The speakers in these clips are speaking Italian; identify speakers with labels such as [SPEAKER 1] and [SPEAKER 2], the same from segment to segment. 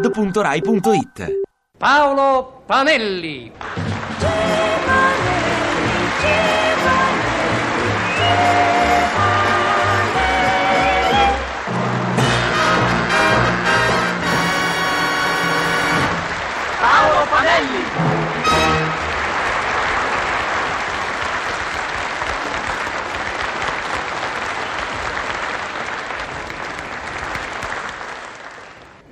[SPEAKER 1] radio2pod.rai.it
[SPEAKER 2] Paolo Panelli. Paolo Panelli.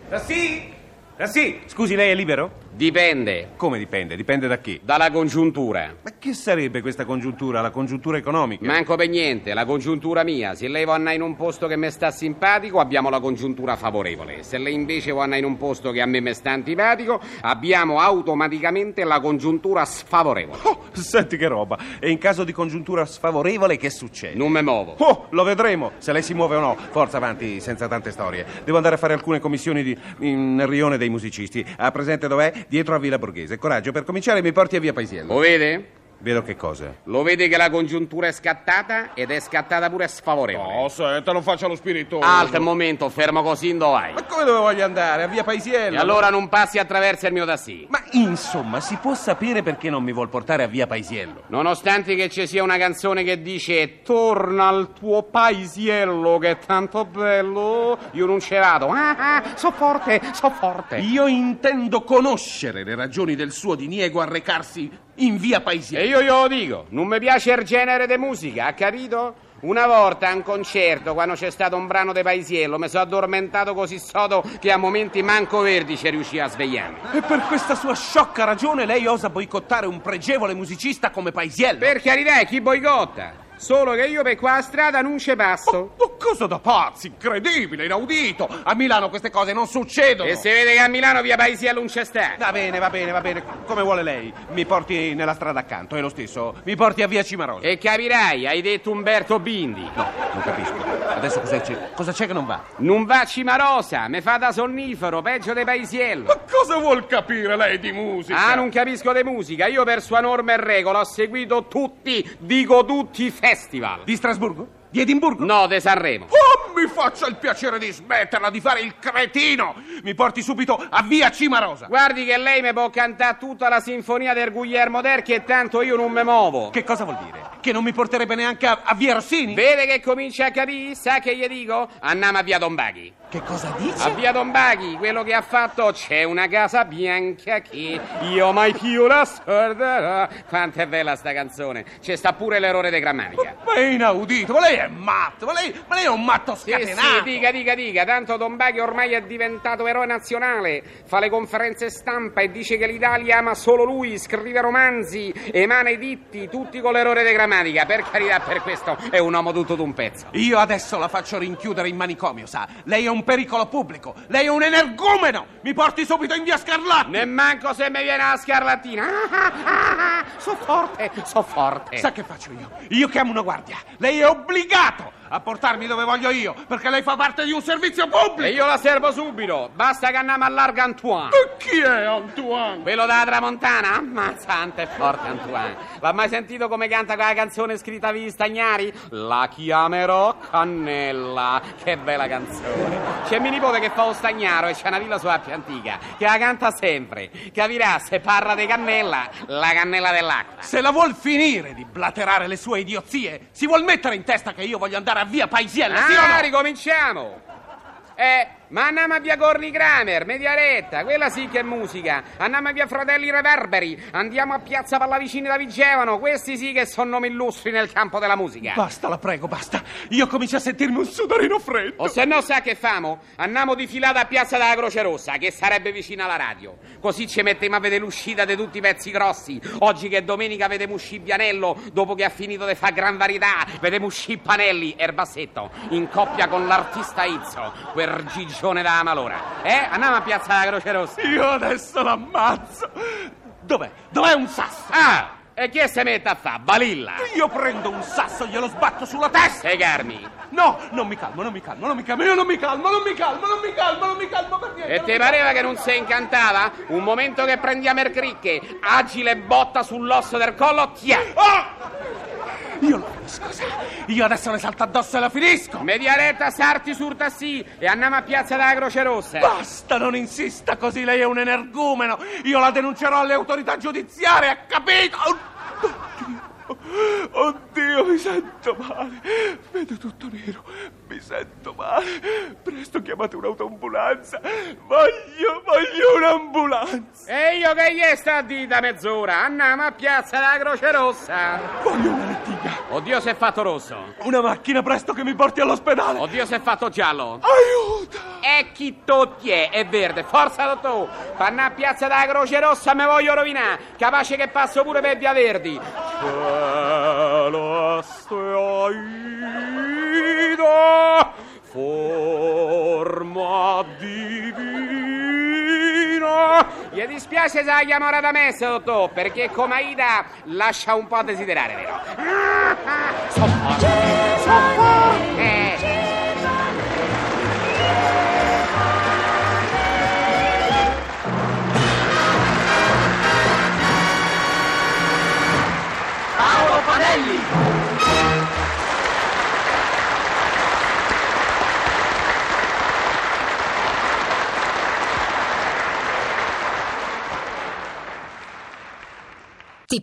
[SPEAKER 3] Rassi? Rassi, scusi, lei è libero?
[SPEAKER 2] Dipende
[SPEAKER 3] Come dipende? Dipende da chi?
[SPEAKER 2] dalla congiuntura.
[SPEAKER 3] Ma che sarebbe questa congiuntura? La congiuntura economica?
[SPEAKER 2] Manco per niente, la congiuntura mia. Se lei vanna in un posto che mi sta simpatico, abbiamo la congiuntura favorevole. Se lei invece vanna in un posto che a me mi sta antipatico, abbiamo automaticamente la congiuntura sfavorevole.
[SPEAKER 3] Oh, senti che roba! E in caso di congiuntura sfavorevole che succede?
[SPEAKER 2] Non mi muovo.
[SPEAKER 3] Oh, lo vedremo se lei si muove o no. Forza avanti, senza tante storie. Devo andare a fare alcune commissioni di- in rione dei musicisti. A presente dov'è? Dietro a Villa Borghese. Coraggio, per cominciare mi porti a Via Paisiello.
[SPEAKER 2] Lo vede?
[SPEAKER 3] Vedo che cosa?
[SPEAKER 2] Lo vede che la congiuntura è scattata ed è scattata pure sfavorevole.
[SPEAKER 4] No, senta, non faccia lo spiritoso.
[SPEAKER 2] Alto momento, fermo così, dove vai?
[SPEAKER 3] Ma come dove voglio andare? A Via Paisiello?
[SPEAKER 2] E allora non passi attraverso il mio tassì.
[SPEAKER 3] Ma insomma, si può sapere perché non mi vuol portare a Via Paisiello?
[SPEAKER 2] Nonostante che ci sia una canzone che dice Torna al tuo paesiello che è tanto bello, io non ce vado. Ah, ah, so forte, so forte.
[SPEAKER 3] Eh. Io intendo conoscere le ragioni del suo diniego a recarsi in via
[SPEAKER 2] E
[SPEAKER 3] Paisiello.
[SPEAKER 2] io glielo dico, non mi piace il genere di musica, ha capito? Una volta a un concerto, quando c'è stato un brano di paesiello, mi sono addormentato così sodo che a momenti manco vertice riuscì a svegliarmi.
[SPEAKER 3] E per questa sua sciocca ragione lei osa boicottare un pregevole musicista come Paisiello?
[SPEAKER 2] Per carità, chi boicotta? Solo che io per qua strada non ci passo.
[SPEAKER 3] Oh, cosa da pazzi, incredibile, inaudito! A Milano queste cose non succedono!
[SPEAKER 2] E se vede che a Milano via Paisiello non c'è sta.
[SPEAKER 3] Va bene, va bene, va bene, come vuole lei. Mi porti nella strada accanto, è lo stesso. Mi porti a via Cimarosa.
[SPEAKER 2] E capirai, hai detto Umberto Bindi.
[SPEAKER 3] No, non capisco. Adesso cosa c'è? Cosa c'è che non va?
[SPEAKER 2] Non va Cimarosa, me fa da sonnifero, peggio dei Paisiello.
[SPEAKER 4] Ma cosa vuol capire lei di musica?
[SPEAKER 2] Ah, non capisco di musica, io per sua norma e regola ho seguito tutti, dico tutti i festival.
[SPEAKER 3] Di Strasburgo? Di Edimburgo?
[SPEAKER 2] No, de Sanremo.
[SPEAKER 3] Oh, mi faccia il piacere di smetterla di fare il cretino! Mi porti subito a via Cimarosa!
[SPEAKER 2] Guardi che lei mi può cantare tutta la sinfonia del Guglielmo Der che tanto io non me muovo.
[SPEAKER 3] Che cosa vuol dire? Che non mi porterebbe neanche a, a via Rossini?
[SPEAKER 2] Vede che comincia a capire? Sa che gli dico? Andiamo a via Dombaghi.
[SPEAKER 3] che cosa
[SPEAKER 2] A
[SPEAKER 3] dice?
[SPEAKER 2] via Dombaghi, quello che ha fatto c'è una casa bianca che io mai più la scorderò. Quanto è bella sta canzone. C'è sta pure l'errore di grammatica.
[SPEAKER 3] Ma è inaudito, ma lei è matto, ma lei, ma lei è un matto
[SPEAKER 2] Sì,
[SPEAKER 3] scatenato!
[SPEAKER 2] sì, dica, dica, dica, tanto Dombaghi ormai è diventato eroe nazionale, fa le conferenze stampa e dice che l'Italia ama solo lui, scrive romanzi, emana editti, tutti con l'errore di grammatica, per carità, per questo è un uomo tutto d'un pezzo.
[SPEAKER 3] Io adesso la faccio rinchiudere in manicomio, sa? Lei è un pericolo pubblico, lei è un energumeno! Mi porti subito in via Scarlatti!
[SPEAKER 2] Nemmanco se mi viene la scarlattina, ah, ah, ah, ah, so forte, so forte.
[SPEAKER 3] Sa che faccio io? Io chiamo una guardia. Lei è obbligato a portarmi dove voglio io, perché lei fa parte di un servizio pubblico!
[SPEAKER 2] E io la servo subito, basta che andiamo a larga Antoine.
[SPEAKER 4] Ma Chi è Antoine?
[SPEAKER 2] Quello della tramontana? Ammazzante e forte Antoine. L'ha mai sentito come canta quella canzone scritta a Stagnari? La chiamerò Cannella. Che bella canzone. C'è mio nipote che fa lo stagnaro e c'è una villa sulla più antica che la canta sempre. Capirà, se parla di cannella, la cannella dell'acqua.
[SPEAKER 3] Se la vuol finire di blaterare le sue idiozie, si vuol mettere in testa che io voglio andare a via Paisiello, sì o
[SPEAKER 2] Ah,
[SPEAKER 3] no?
[SPEAKER 2] ricominciamo! Eh, ma andiamo a via Corni Kramer, Mediaretta, quella sì che è musica. Andiamo a via Fratelli Reverberi, andiamo a Piazza Pallavicini da Vigevano, questi sì che sono nomi illustri nel campo della musica.
[SPEAKER 3] Basta, la prego, basta. Io comincio a sentirmi un sudorino freddo.
[SPEAKER 2] O se no sa che famo? Andiamo di filata a Piazza della Croce Rossa, che sarebbe vicina alla radio. Così ci mettiamo a vedere l'uscita di tutti i pezzi grossi. Oggi che è domenica vedemo uscì Bianello, dopo che ha finito di fare gran varietà, vedemo uscì Panelli, Erbassetto, in coppia con l'artista Izzo, quel gigione da Malora. Eh? Andiamo a Piazza della Croce Rossa.
[SPEAKER 3] Io adesso l'ammazzo. Dov'è? Dov'è un sasso?
[SPEAKER 2] Ah! E chi si mette a fa? Balilla!
[SPEAKER 3] Io prendo un sasso e glielo sbatto sulla
[SPEAKER 2] Eh.
[SPEAKER 3] testa.
[SPEAKER 2] Segarmi!
[SPEAKER 3] No, non mi calmo, non mi calmo, non mi calmo, io non mi calmo, non mi calmo, non mi calmo, non mi calmo per niente.
[SPEAKER 2] E
[SPEAKER 3] non
[SPEAKER 2] Eh, te
[SPEAKER 3] mi
[SPEAKER 2] pareva
[SPEAKER 3] calmo.
[SPEAKER 2] che non si incantava? Un momento che prendiamo il cricche,
[SPEAKER 3] Oh!
[SPEAKER 2] agile botta sull'osso del collo, tiè!
[SPEAKER 3] Ah! Io lo capisco, sa. io adesso le salto addosso e la finisco.
[SPEAKER 2] Media retta sarti sur tassì e andiamo a Piazza della Croce Rossa.
[SPEAKER 3] Basta, non insista così, lei è un energumeno. Io la denuncerò alle autorità giudiziarie, ha capito? Oddio, oddio, mi sento male. Vedo tutto nero, mi sento male. Presto chiamate un'autoambulanza. Voglio, voglio un'ambulanza.
[SPEAKER 2] E io che gli sta a dì da mezz'ora? Andiamo a Piazza della Croce Rossa.
[SPEAKER 3] Voglio una lettiga.
[SPEAKER 2] Oddio si è fatto rosso.
[SPEAKER 3] Una macchina presto che mi porti all'ospedale.
[SPEAKER 2] Oddio si è fatto giallo.
[SPEAKER 3] Aiuto!
[SPEAKER 2] E chi totti è? È verde, forza dottore! Panna a piazza della Croce Rossa me voglio rovinare! Capace che passo pure per via Verdi! Cielo asteaida, forma divina. Gli dispiace se la chiamo ora da messa, dottore, perché come Aida lascia un po' a desiderare, vero? So forte, so forte.
[SPEAKER 5] Paolo Panelli.
[SPEAKER 6] Ti